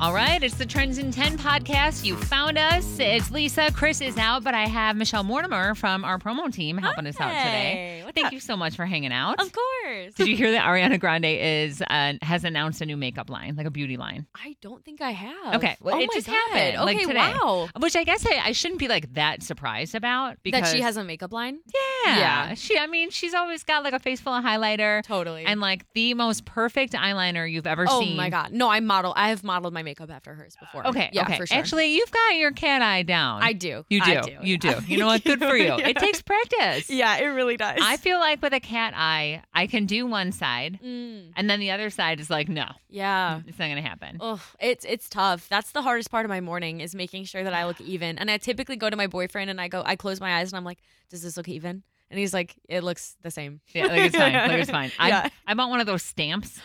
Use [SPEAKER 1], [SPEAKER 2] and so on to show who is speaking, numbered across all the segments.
[SPEAKER 1] All right, it's the Trends in 10 podcast. You found us. It's Lisa. Chris is out, but I have Michelle Mortimer from our promo team helping us out today.
[SPEAKER 2] Hey, what's
[SPEAKER 1] Thank
[SPEAKER 2] up?
[SPEAKER 1] you so much for hanging out.
[SPEAKER 2] Of course.
[SPEAKER 1] Did you hear that Ariana Grande is uh, has announced a new makeup line, like a beauty line?
[SPEAKER 2] I don't think I have.
[SPEAKER 1] Okay, well,
[SPEAKER 2] oh
[SPEAKER 1] it
[SPEAKER 2] my
[SPEAKER 1] just
[SPEAKER 2] God.
[SPEAKER 1] happened, like,
[SPEAKER 2] okay,
[SPEAKER 1] today. Oh,
[SPEAKER 2] wow.
[SPEAKER 1] Which I guess I, I shouldn't be like that surprised about because
[SPEAKER 2] that she has a makeup line?
[SPEAKER 1] yeah,
[SPEAKER 2] yeah.
[SPEAKER 1] she I mean she's always got like a face full of highlighter
[SPEAKER 2] Totally.
[SPEAKER 1] and like the most perfect eyeliner you've ever
[SPEAKER 2] oh
[SPEAKER 1] seen.
[SPEAKER 2] my God. No, I model. I have modeled my makeup after hers before.
[SPEAKER 1] Okay,
[SPEAKER 2] Yeah,
[SPEAKER 1] okay.
[SPEAKER 2] for sure.
[SPEAKER 1] Actually, you've got your cat eye down.
[SPEAKER 2] I do.
[SPEAKER 1] You do.
[SPEAKER 2] I do.
[SPEAKER 1] You do.
[SPEAKER 2] yeah.
[SPEAKER 1] You know what? Good for you.
[SPEAKER 2] Yeah.
[SPEAKER 1] It takes practice.
[SPEAKER 2] Yeah, it really does.
[SPEAKER 1] I feel like with a cat eye, I can do one side,
[SPEAKER 2] Mm,
[SPEAKER 1] and then the other side is like, no,
[SPEAKER 2] yeah.
[SPEAKER 1] it's not gonna happen.
[SPEAKER 2] Oh, it's it's tough. That's the hardest part of my morning is making sure that I look even. And I typically go to my boyfriend and I go, I close my eyes and I'm like, does this look even? And he's like, it looks the same.
[SPEAKER 1] Yeah, like it's fine. Like it's fine. I
[SPEAKER 2] Yeah.
[SPEAKER 1] I bought one of those stamps.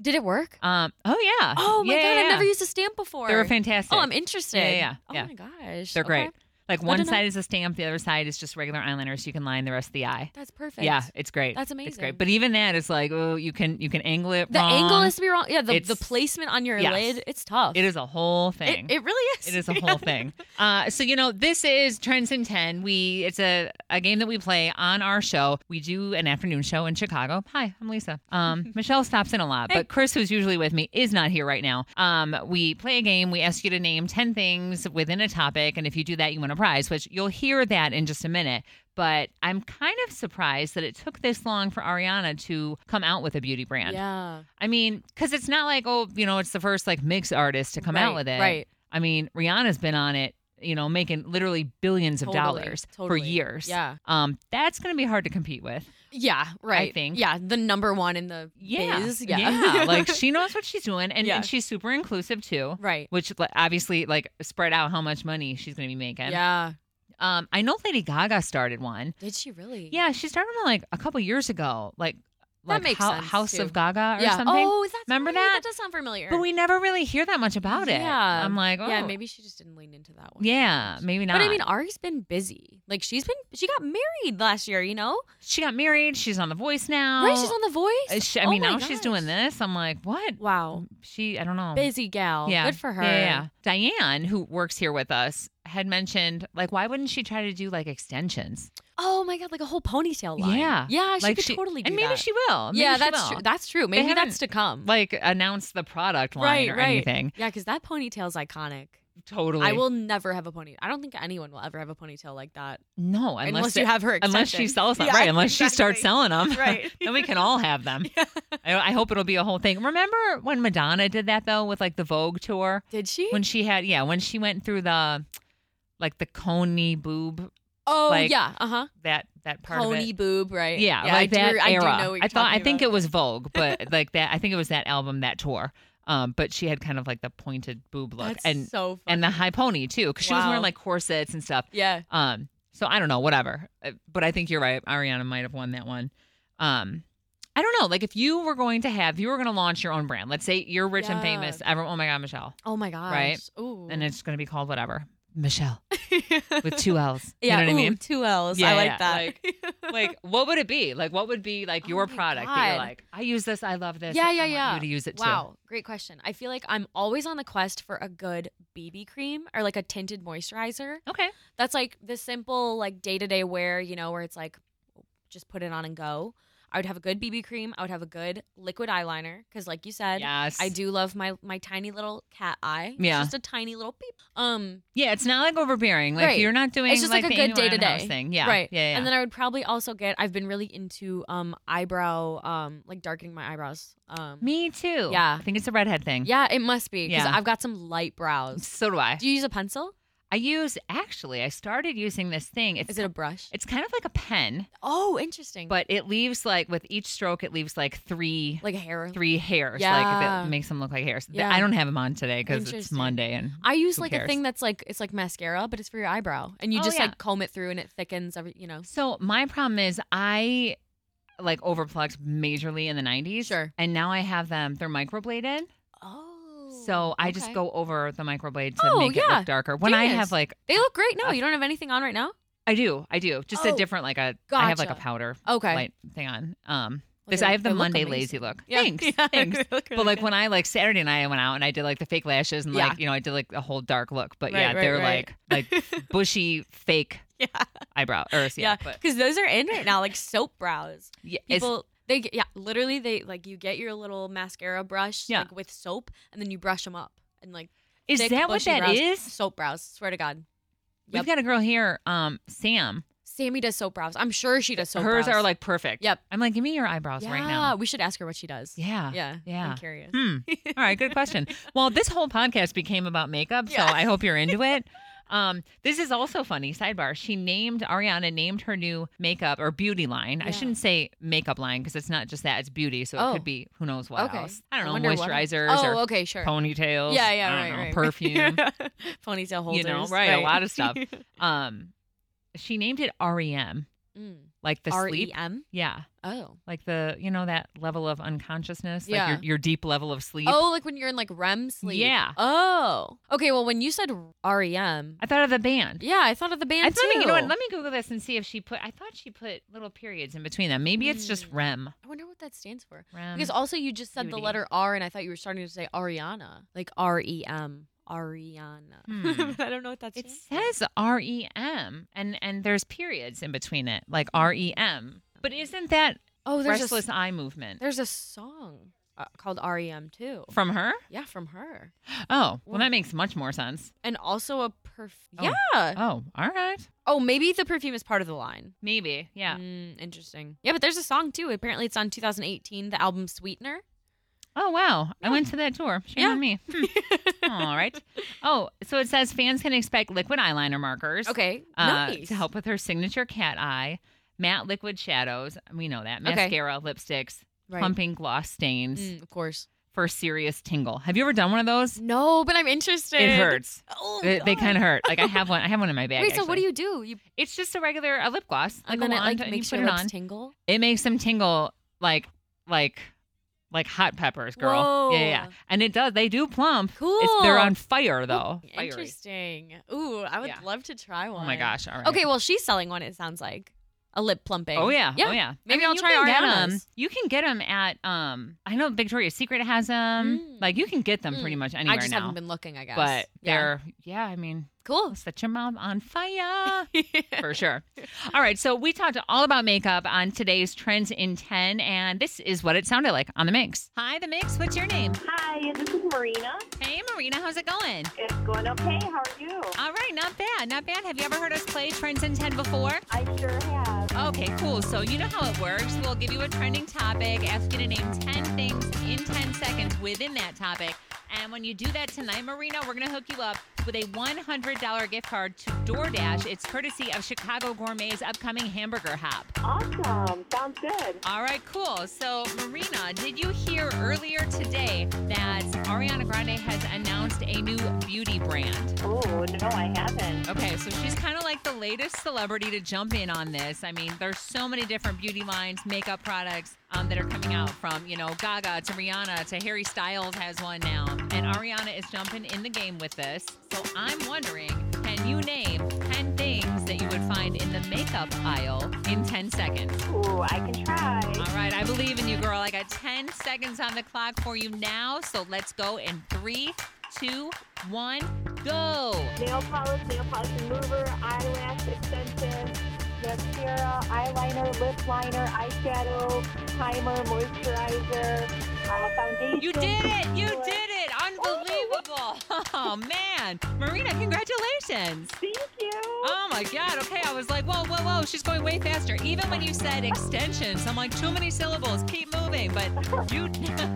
[SPEAKER 2] Did it work?
[SPEAKER 1] Um. Oh yeah.
[SPEAKER 2] Oh my
[SPEAKER 1] Yeah,
[SPEAKER 2] god,
[SPEAKER 1] yeah,
[SPEAKER 2] I've
[SPEAKER 1] yeah.
[SPEAKER 2] never used a stamp before.
[SPEAKER 1] They're fantastic.
[SPEAKER 2] Oh, I'm interested.
[SPEAKER 1] Yeah, yeah, yeah.
[SPEAKER 2] Oh my gosh.
[SPEAKER 1] They're
[SPEAKER 2] Okay.
[SPEAKER 1] great. Like
[SPEAKER 2] Good
[SPEAKER 1] one
[SPEAKER 2] to know.
[SPEAKER 1] side is a stamp, the other side is just regular eyeliner, so you can line the rest of the eye.
[SPEAKER 2] That's perfect.
[SPEAKER 1] Yeah, it's great.
[SPEAKER 2] That's
[SPEAKER 1] It's great.
[SPEAKER 2] amazing.
[SPEAKER 1] But even that is like, oh, you can you can angle it.
[SPEAKER 2] The
[SPEAKER 1] wrong.
[SPEAKER 2] angle has to be wrong. Yeah, the, the
[SPEAKER 1] Um, It's-
[SPEAKER 2] placement on your
[SPEAKER 1] yes.
[SPEAKER 2] lid, it's tough.
[SPEAKER 1] It is a whole thing.
[SPEAKER 2] It, it really is.
[SPEAKER 1] It is a
[SPEAKER 2] Yeah.
[SPEAKER 1] whole thing. Uh, so you know, this is Trends in Ten. We it's a, a game that we play on our show. We do an afternoon show in Chicago. Hi, I'm Lisa. Um, Michelle stops in a lot,
[SPEAKER 2] Hey.
[SPEAKER 1] but Chris, who's usually with me, is not here right now. Um, we play a game. We ask you to name ten things within a topic, and if you do that, you win a prize. Which you'll hear that in just a minute. But I'm kind of surprised that it took this long for Ariana to come out with a beauty brand.
[SPEAKER 2] Yeah.
[SPEAKER 1] I mean, because it's not like, oh, you know, it's the first like mix artist to come out
[SPEAKER 2] Right,
[SPEAKER 1] with it.
[SPEAKER 2] Right.
[SPEAKER 1] I mean, Rihanna's been on it, you know, making literally billions of
[SPEAKER 2] Totally,
[SPEAKER 1] dollars
[SPEAKER 2] totally.
[SPEAKER 1] for years.
[SPEAKER 2] Yeah.
[SPEAKER 1] Um, that's going to be hard to compete with.
[SPEAKER 2] Yeah. Right.
[SPEAKER 1] think.
[SPEAKER 2] Yeah. The number one in the
[SPEAKER 1] Yeah.
[SPEAKER 2] biz. Yeah.
[SPEAKER 1] Yeah. like she knows what she's doing and,
[SPEAKER 2] Yeah.
[SPEAKER 1] and she's super inclusive too,
[SPEAKER 2] Right.
[SPEAKER 1] which like, obviously like spread out how much money she's going to be making.
[SPEAKER 2] Yeah.
[SPEAKER 1] Um, I know Lady Gaga started one.
[SPEAKER 2] Did she really?
[SPEAKER 1] Yeah. She started one like a couple years ago, like,
[SPEAKER 2] That
[SPEAKER 1] like
[SPEAKER 2] makes
[SPEAKER 1] Hou-
[SPEAKER 2] sense,
[SPEAKER 1] House
[SPEAKER 2] too.
[SPEAKER 1] of Gaga or
[SPEAKER 2] Yeah.
[SPEAKER 1] something.
[SPEAKER 2] Oh, that's
[SPEAKER 1] Remember
[SPEAKER 2] right.
[SPEAKER 1] that?
[SPEAKER 2] That does sound familiar.
[SPEAKER 1] But we never really hear that much about it.
[SPEAKER 2] Yeah.
[SPEAKER 1] I'm like, oh,
[SPEAKER 2] Yeah, maybe she just didn't lean into that one.
[SPEAKER 1] Yeah, maybe not.
[SPEAKER 2] But I mean, Ari's been busy. Like she's been, she got married last year. You know,
[SPEAKER 1] she got married. She's on The Voice now.
[SPEAKER 2] right? She's on The
[SPEAKER 1] Uh,
[SPEAKER 2] Voice.
[SPEAKER 1] she- I
[SPEAKER 2] Oh
[SPEAKER 1] mean,
[SPEAKER 2] my
[SPEAKER 1] now she's doing
[SPEAKER 2] gosh.
[SPEAKER 1] this. I'm like, what?
[SPEAKER 2] Wow,
[SPEAKER 1] She, I don't know.
[SPEAKER 2] busy gal.
[SPEAKER 1] Yeah.
[SPEAKER 2] good for her.
[SPEAKER 1] Yeah, yeah, yeah. Diane, who works here with us, had mentioned like, why wouldn't she try to do like extensions?
[SPEAKER 2] Oh my god, like a whole ponytail line.
[SPEAKER 1] Yeah.
[SPEAKER 2] yeah, she
[SPEAKER 1] like
[SPEAKER 2] could totally do
[SPEAKER 1] and maybe
[SPEAKER 2] that.
[SPEAKER 1] she will. Maybe
[SPEAKER 2] yeah,
[SPEAKER 1] she
[SPEAKER 2] that's
[SPEAKER 1] will.
[SPEAKER 2] true. That's true. Maybe
[SPEAKER 1] haven't-
[SPEAKER 2] that's to come.
[SPEAKER 1] like announce the product line
[SPEAKER 2] right,
[SPEAKER 1] or
[SPEAKER 2] right.
[SPEAKER 1] anything.
[SPEAKER 2] Yeah, because that ponytail's iconic.
[SPEAKER 1] Totally.
[SPEAKER 2] I will never have a ponytail. I don't think anyone will ever have a ponytail like that
[SPEAKER 1] no
[SPEAKER 2] unless,
[SPEAKER 1] unless
[SPEAKER 2] you
[SPEAKER 1] it-
[SPEAKER 2] have her.
[SPEAKER 1] unless she
[SPEAKER 2] extension.
[SPEAKER 1] sells them
[SPEAKER 2] Yeah,
[SPEAKER 1] right. Unless she starts
[SPEAKER 2] exactly.
[SPEAKER 1] selling them,
[SPEAKER 2] Right.
[SPEAKER 1] then we can all have them.
[SPEAKER 2] Yeah.
[SPEAKER 1] I, I hope it'll be a whole thing. Remember when Madonna did that though with like the Vogue tour?
[SPEAKER 2] Did she?
[SPEAKER 1] when she had yeah when she went through the like the coney boob
[SPEAKER 2] oh
[SPEAKER 1] like,
[SPEAKER 2] yeah, uh huh.
[SPEAKER 1] that that part of
[SPEAKER 2] Pony
[SPEAKER 1] it
[SPEAKER 2] boob, right?
[SPEAKER 1] yeah, like
[SPEAKER 2] I
[SPEAKER 1] that
[SPEAKER 2] do,
[SPEAKER 1] era
[SPEAKER 2] I do know what you're
[SPEAKER 1] thought i
[SPEAKER 2] talking
[SPEAKER 1] think
[SPEAKER 2] about.
[SPEAKER 1] it was vogue but like that i think it was that album that tour um but she had kind of like the pointed boob look
[SPEAKER 2] That's
[SPEAKER 1] and
[SPEAKER 2] so funny.
[SPEAKER 1] and the high pony too because she was
[SPEAKER 2] Wow.
[SPEAKER 1] wearing like corsets and stuff
[SPEAKER 2] yeah.
[SPEAKER 1] um so i don't know whatever Uh, but i think you're right ariana might have won that one um I don't know. Like, if you were going to have, you were going to launch your own brand. Let's say you're rich and
[SPEAKER 2] Yeah.
[SPEAKER 1] famous. Everyone, oh my God, Michelle.
[SPEAKER 2] Oh my gosh.
[SPEAKER 1] Right?
[SPEAKER 2] Ooh.
[SPEAKER 1] And it's going to be called whatever. Michelle. with two L's.
[SPEAKER 2] yeah,
[SPEAKER 1] you know what
[SPEAKER 2] ooh,
[SPEAKER 1] I mean?
[SPEAKER 2] Two L's.
[SPEAKER 1] Yeah,
[SPEAKER 2] I like
[SPEAKER 1] yeah,
[SPEAKER 2] that.
[SPEAKER 1] Like, what would it be? Like, what would be like
[SPEAKER 2] Oh
[SPEAKER 1] your
[SPEAKER 2] my
[SPEAKER 1] product that you're
[SPEAKER 2] God.
[SPEAKER 1] like, I use this, I love this.
[SPEAKER 2] Yeah,
[SPEAKER 1] I
[SPEAKER 2] yeah,
[SPEAKER 1] want
[SPEAKER 2] yeah.
[SPEAKER 1] You to use it
[SPEAKER 2] wow, great question. I feel like I'm always on the quest for a good BB cream or like a tinted moisturizer.
[SPEAKER 1] too. Okay.
[SPEAKER 2] That's like the simple like day to day wear, you know, where it's like just put it on and go. I would have a good BB cream. I would have a good liquid eyeliner because, like you said,
[SPEAKER 1] Yes.
[SPEAKER 2] I do love my my tiny little cat eye. It's
[SPEAKER 1] Yeah.
[SPEAKER 2] just a tiny little peep. Um,
[SPEAKER 1] Yeah, it's not like overbearing. Like
[SPEAKER 2] Right.
[SPEAKER 1] you're not doing.
[SPEAKER 2] It's just like
[SPEAKER 1] the
[SPEAKER 2] a good
[SPEAKER 1] Amy
[SPEAKER 2] day to
[SPEAKER 1] Winehouse
[SPEAKER 2] day.
[SPEAKER 1] thing. Yeah.
[SPEAKER 2] Right.
[SPEAKER 1] Yeah. yeah.
[SPEAKER 2] And then I would probably also get I've been really into um eyebrow um like darkening my eyebrows. Um
[SPEAKER 1] Me too.
[SPEAKER 2] Yeah.
[SPEAKER 1] I think it's a redhead thing.
[SPEAKER 2] Yeah, it must be cuz
[SPEAKER 1] Yeah.
[SPEAKER 2] I've got some light brows.
[SPEAKER 1] So do I.
[SPEAKER 2] Do you use a pencil?
[SPEAKER 1] I use actually. I started using this thing. It's
[SPEAKER 2] Is it a brush?
[SPEAKER 1] it's kind of like a pen,
[SPEAKER 2] Oh, interesting.
[SPEAKER 1] but it leaves like with each stroke, it leaves like three
[SPEAKER 2] like a hair.
[SPEAKER 1] three hairs. Like
[SPEAKER 2] Yeah.
[SPEAKER 1] if it makes them look like hairs. Th-
[SPEAKER 2] Yeah.
[SPEAKER 1] I don't have them on today because it's
[SPEAKER 2] Interesting.
[SPEAKER 1] Monday and
[SPEAKER 2] I use
[SPEAKER 1] who
[SPEAKER 2] like
[SPEAKER 1] cares?
[SPEAKER 2] a thing that's like it's like mascara, but it's for your eyebrow, and you
[SPEAKER 1] Oh,
[SPEAKER 2] just
[SPEAKER 1] yeah.
[SPEAKER 2] like comb it through, and it thickens every you know.
[SPEAKER 1] So my problem is I like overplugged majorly in the 90s.
[SPEAKER 2] Sure.
[SPEAKER 1] And now I have them, they're microbladed.
[SPEAKER 2] Oh,
[SPEAKER 1] So I just
[SPEAKER 2] okay.
[SPEAKER 1] go over the microblade to
[SPEAKER 2] Oh,
[SPEAKER 1] make it
[SPEAKER 2] yeah.
[SPEAKER 1] look darker. When I have
[SPEAKER 2] Genius.
[SPEAKER 1] like,
[SPEAKER 2] They look great. No, you don't have anything on right now.
[SPEAKER 1] I do, I do. Just a
[SPEAKER 2] Oh,
[SPEAKER 1] different, like a, I have like a
[SPEAKER 2] gotcha.
[SPEAKER 1] powder
[SPEAKER 2] Okay.
[SPEAKER 1] light thing on. Um,
[SPEAKER 2] Look
[SPEAKER 1] This I
[SPEAKER 2] at it.
[SPEAKER 1] have the
[SPEAKER 2] They look
[SPEAKER 1] Monday
[SPEAKER 2] amazing.
[SPEAKER 1] lazy look.
[SPEAKER 2] Yeah.
[SPEAKER 1] Thanks.
[SPEAKER 2] Yeah, they
[SPEAKER 1] Thanks.
[SPEAKER 2] look really
[SPEAKER 1] but like
[SPEAKER 2] good.
[SPEAKER 1] when I like Saturday night I went out and I did like the fake lashes and
[SPEAKER 2] Yeah.
[SPEAKER 1] like you know I did like a whole dark look. But
[SPEAKER 2] Right,
[SPEAKER 1] yeah,
[SPEAKER 2] right,
[SPEAKER 1] they're
[SPEAKER 2] right.
[SPEAKER 1] like like bushy fake
[SPEAKER 2] yeah,
[SPEAKER 1] eyebrow or yeah,
[SPEAKER 2] yeah,
[SPEAKER 1] but
[SPEAKER 2] because those are in right now, like soap brows.
[SPEAKER 1] yeah, it's-
[SPEAKER 2] People, they get, yeah, literally they like you get your little mascara brush
[SPEAKER 1] Yeah.
[SPEAKER 2] like with soap, and then you brush them up and like
[SPEAKER 1] is
[SPEAKER 2] thick,
[SPEAKER 1] that what
[SPEAKER 2] bushy
[SPEAKER 1] that
[SPEAKER 2] brows.
[SPEAKER 1] is?
[SPEAKER 2] Soap brows. Swear to God,
[SPEAKER 1] We've
[SPEAKER 2] Yep.
[SPEAKER 1] got a girl here, um, Sam.
[SPEAKER 2] Sammy does soap brows. I'm sure she does soap.
[SPEAKER 1] Hers
[SPEAKER 2] brows.
[SPEAKER 1] are like perfect.
[SPEAKER 2] Yep.
[SPEAKER 1] I'm like, give me your eyebrows
[SPEAKER 2] yeah.
[SPEAKER 1] right now.
[SPEAKER 2] We should ask her what she does.
[SPEAKER 1] Yeah.
[SPEAKER 2] yeah,
[SPEAKER 1] yeah.
[SPEAKER 2] I'm curious.
[SPEAKER 1] Hmm. All right, good question. Well, this whole podcast became about makeup, so
[SPEAKER 2] Yeah.
[SPEAKER 1] I hope you're into it. Um, this is also funny. Sidebar: She named Ariana named her new makeup or beauty line. I
[SPEAKER 2] Yeah.
[SPEAKER 1] shouldn't say makeup line because it's not just that; it's beauty. So it
[SPEAKER 2] Oh.
[SPEAKER 1] could be who knows what
[SPEAKER 2] Okay.
[SPEAKER 1] else. I
[SPEAKER 2] I
[SPEAKER 1] don't know,
[SPEAKER 2] wonder what else.
[SPEAKER 1] moisturizers or
[SPEAKER 2] Oh, okay, sure.
[SPEAKER 1] ponytails.
[SPEAKER 2] Yeah, yeah,
[SPEAKER 1] I
[SPEAKER 2] right,
[SPEAKER 1] don't know,
[SPEAKER 2] right.
[SPEAKER 1] Perfume.
[SPEAKER 2] ponytail holders.
[SPEAKER 1] You know, right, a lot of stuff. um, she named it REM,
[SPEAKER 2] Mm.
[SPEAKER 1] like the sleep.
[SPEAKER 2] REM?
[SPEAKER 1] Yeah,
[SPEAKER 2] Oh.
[SPEAKER 1] like the you know that level of unconsciousness, like
[SPEAKER 2] Yeah.
[SPEAKER 1] your, your deep level of sleep.
[SPEAKER 2] Oh, like when you're in like REM sleep.
[SPEAKER 1] Yeah.
[SPEAKER 2] Oh. Okay. Well, when you said E REM,
[SPEAKER 1] I thought of the band.
[SPEAKER 2] yeah, I thought of the band
[SPEAKER 1] I thought,
[SPEAKER 2] too.
[SPEAKER 1] you know what? Let me Google this and see if she put. I thought she put little periods in between them. Maybe it's just
[SPEAKER 2] Mm.
[SPEAKER 1] REM.
[SPEAKER 2] I wonder what that stands for.
[SPEAKER 1] REM.
[SPEAKER 2] Because also you just said the
[SPEAKER 1] Beauty.
[SPEAKER 2] letter R, and I thought you were starting to say Ariana, like R E M, Ariana.
[SPEAKER 1] Hmm.
[SPEAKER 2] But I don't know what that
[SPEAKER 1] it
[SPEAKER 2] stands. for.
[SPEAKER 1] says R E M, and and there's periods in between it, like R E M. But isn't that
[SPEAKER 2] Oh, Mm. there's
[SPEAKER 1] restless
[SPEAKER 2] a,
[SPEAKER 1] eye movement
[SPEAKER 2] there's a song uh, called REM too.
[SPEAKER 1] from her?
[SPEAKER 2] Yeah, from her,
[SPEAKER 1] Oh, well,
[SPEAKER 2] Well-
[SPEAKER 1] that makes much more sense.
[SPEAKER 2] and also a perfume.
[SPEAKER 1] Oh.
[SPEAKER 2] Yeah.
[SPEAKER 1] Oh, all right,
[SPEAKER 2] Uh, Oh, maybe the perfume is part of the line.
[SPEAKER 1] maybe, yeah.
[SPEAKER 2] Mm, interesting. Yeah, but there's a song too. Apparently, it's on 2018, the album Sweetener.
[SPEAKER 1] Oh wow, I went to that tour. Shame
[SPEAKER 2] Yeah.
[SPEAKER 1] on me. Hmm. all right. Oh, so it says fans can expect liquid eyeliner markers.
[SPEAKER 2] Okay.
[SPEAKER 1] uh,
[SPEAKER 2] nice.
[SPEAKER 1] to help with her signature cat eye, matte liquid shadows. We know that
[SPEAKER 2] Okay.
[SPEAKER 1] mascara, lipsticks, plumping gloss stains
[SPEAKER 2] Mm, of course.
[SPEAKER 1] for serious tingle. Have you ever done one of those?
[SPEAKER 2] No, but I'm interested.
[SPEAKER 1] It hurts.
[SPEAKER 2] Oh,
[SPEAKER 1] They, kind
[SPEAKER 2] God.
[SPEAKER 1] of hurt. Like I have one. I have one in my bag.
[SPEAKER 2] Wait, so what
[SPEAKER 1] actually.
[SPEAKER 2] do you do? You
[SPEAKER 1] It's just a regular a lip gloss. Like
[SPEAKER 2] and then
[SPEAKER 1] a
[SPEAKER 2] it
[SPEAKER 1] wand,
[SPEAKER 2] like
[SPEAKER 1] and
[SPEAKER 2] makes
[SPEAKER 1] you
[SPEAKER 2] your
[SPEAKER 1] put it
[SPEAKER 2] lips
[SPEAKER 1] on.
[SPEAKER 2] tingle.
[SPEAKER 1] it makes them tingle like like like hot peppers, girl. Yeah, yeah, yeah.
[SPEAKER 2] Whoa.
[SPEAKER 1] And it does. They do plump. It's, they're
[SPEAKER 2] Cool.
[SPEAKER 1] on fire though. Fiery.
[SPEAKER 2] Interesting. Ooh, I would
[SPEAKER 1] Yeah.
[SPEAKER 2] love to try
[SPEAKER 1] Oh
[SPEAKER 2] one.
[SPEAKER 1] my gosh. All right.
[SPEAKER 2] Okay, well she's selling one. It sounds like a lip plumping.
[SPEAKER 1] Oh yeah.
[SPEAKER 2] Yeah.
[SPEAKER 1] Oh yeah.
[SPEAKER 2] Maybe I'll
[SPEAKER 1] you
[SPEAKER 2] try
[SPEAKER 1] can get 'em-
[SPEAKER 2] Ariana's.
[SPEAKER 1] You can get them at um. I know Victoria's Secret has them.
[SPEAKER 2] Mm.
[SPEAKER 1] Like you can get them pretty
[SPEAKER 2] Mm.
[SPEAKER 1] much anywhere
[SPEAKER 2] I just
[SPEAKER 1] now.
[SPEAKER 2] haven't been looking. I guess.
[SPEAKER 1] But
[SPEAKER 2] yeah.
[SPEAKER 1] they're yeah. I mean,
[SPEAKER 2] cool.
[SPEAKER 1] set your mom on fire for sure. All right, so we talked all about makeup on today's Trends in 10, and this is what it sounded like on the mix. Hi, the mix. What's your name?
[SPEAKER 3] Hi, this is Marina.
[SPEAKER 1] Hey, Marina. How's it going?
[SPEAKER 3] It's going okay. How are you?
[SPEAKER 1] All right, not bad, not bad. Have you ever heard us play Trends in 10 before?
[SPEAKER 3] I sure have.
[SPEAKER 1] Okay, cool. So you know how it works. We'll give you a trending topic, ask you to name 10 things in 10 seconds within that topic. And when you do that tonight, Marina, we're going to hook you up with a $100 gift card to DoorDash. It's courtesy of Chicago Gourmet's upcoming hamburger hop.
[SPEAKER 3] Awesome. Sounds good.
[SPEAKER 1] All right, cool. So, Marina, did you hear earlier today that Ariana Grande has announced a new beauty brand?
[SPEAKER 3] Oh, no, I haven't.
[SPEAKER 1] Okay, so she's kind of like the latest celebrity to jump in on this. I mean, there's so many different beauty lines, makeup products um, that are coming out from, you know, Gaga to Rihanna to Harry Styles has one now. And Ariana is jumping in the game with this. So I'm wondering can you name 10 things that you would find in the makeup aisle in 10 seconds?
[SPEAKER 3] Ooh, I can try.
[SPEAKER 1] All right, I believe in you, girl. I got 10 seconds on the clock for you now. So let's go in three, two, one, go.
[SPEAKER 3] Nail polish, nail polish remover, eyelash extension, mascara, eyeliner, lip liner, eyeshadow, primer, moisturizer, uh, foundation.
[SPEAKER 1] You did it. You did it. Unbelievable. Oh, man. Marina, congratulations.
[SPEAKER 3] Thank you.
[SPEAKER 1] Oh, my God. Okay, I was like, whoa, whoa, whoa. She's going way faster. Even when you said extensions, I'm like, too many syllables. Keep moving. But you,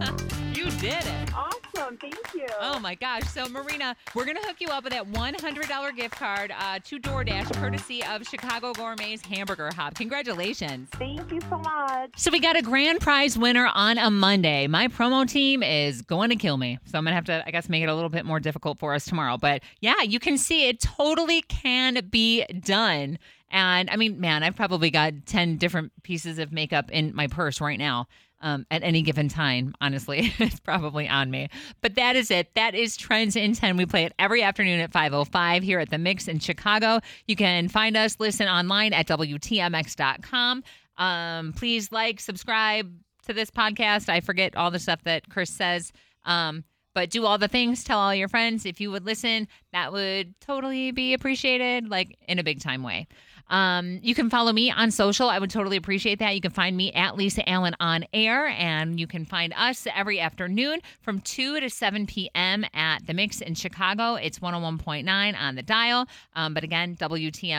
[SPEAKER 1] you did it.
[SPEAKER 3] Awesome. Thank you.
[SPEAKER 1] Oh my gosh. So, Marina, we're going to hook you up with that $100 gift card uh, to DoorDash, courtesy of Chicago Gourmet's Hamburger Hop. Congratulations.
[SPEAKER 3] Thank you so much.
[SPEAKER 1] So, we got a grand prize winner on a Monday. My promo team is going to kill me. So, I'm going to have to, I guess, make it a little bit more difficult for us tomorrow. But yeah, you can see it totally can be done. And I mean, man, I've probably got 10 different pieces of makeup in my purse right now um, at any given time. Honestly, it's probably on me. But that is it. That is Trends in 10. We play it every afternoon at 5.05 here at The Mix in Chicago. You can find us, listen online at WTMX.com. Um, please like, subscribe, to this podcast. I forget all the stuff that Chris says. Um, but do all the things, tell all your friends. If you would listen, that would totally be appreciated, like in a big time way. Um, you can follow me on social. I would totally appreciate that. You can find me at Lisa Allen on air, and you can find us every afternoon from 2 to 7 p.m. at The Mix in Chicago. It's 101.9 on the dial. Um, but again,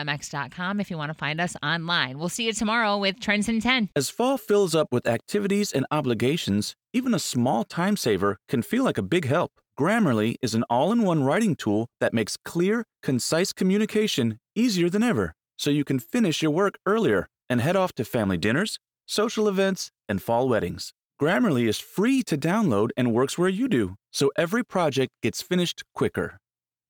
[SPEAKER 1] WTMX.com if you want to find us online. We'll see you tomorrow with Trends in 10.
[SPEAKER 4] As fall fills up with activities and obligations, even a small time saver can feel like a big help. Grammarly is an all in one writing tool that makes clear, concise communication easier than ever, so you can finish your work earlier and head off to family dinners, social events, and fall weddings. Grammarly is free to download and works where you do, so every project gets finished quicker.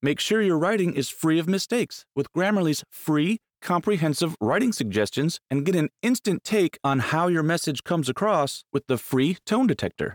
[SPEAKER 4] Make sure your writing is free of mistakes with Grammarly's free, comprehensive writing suggestions and get an instant take on how your message comes across with the free tone detector.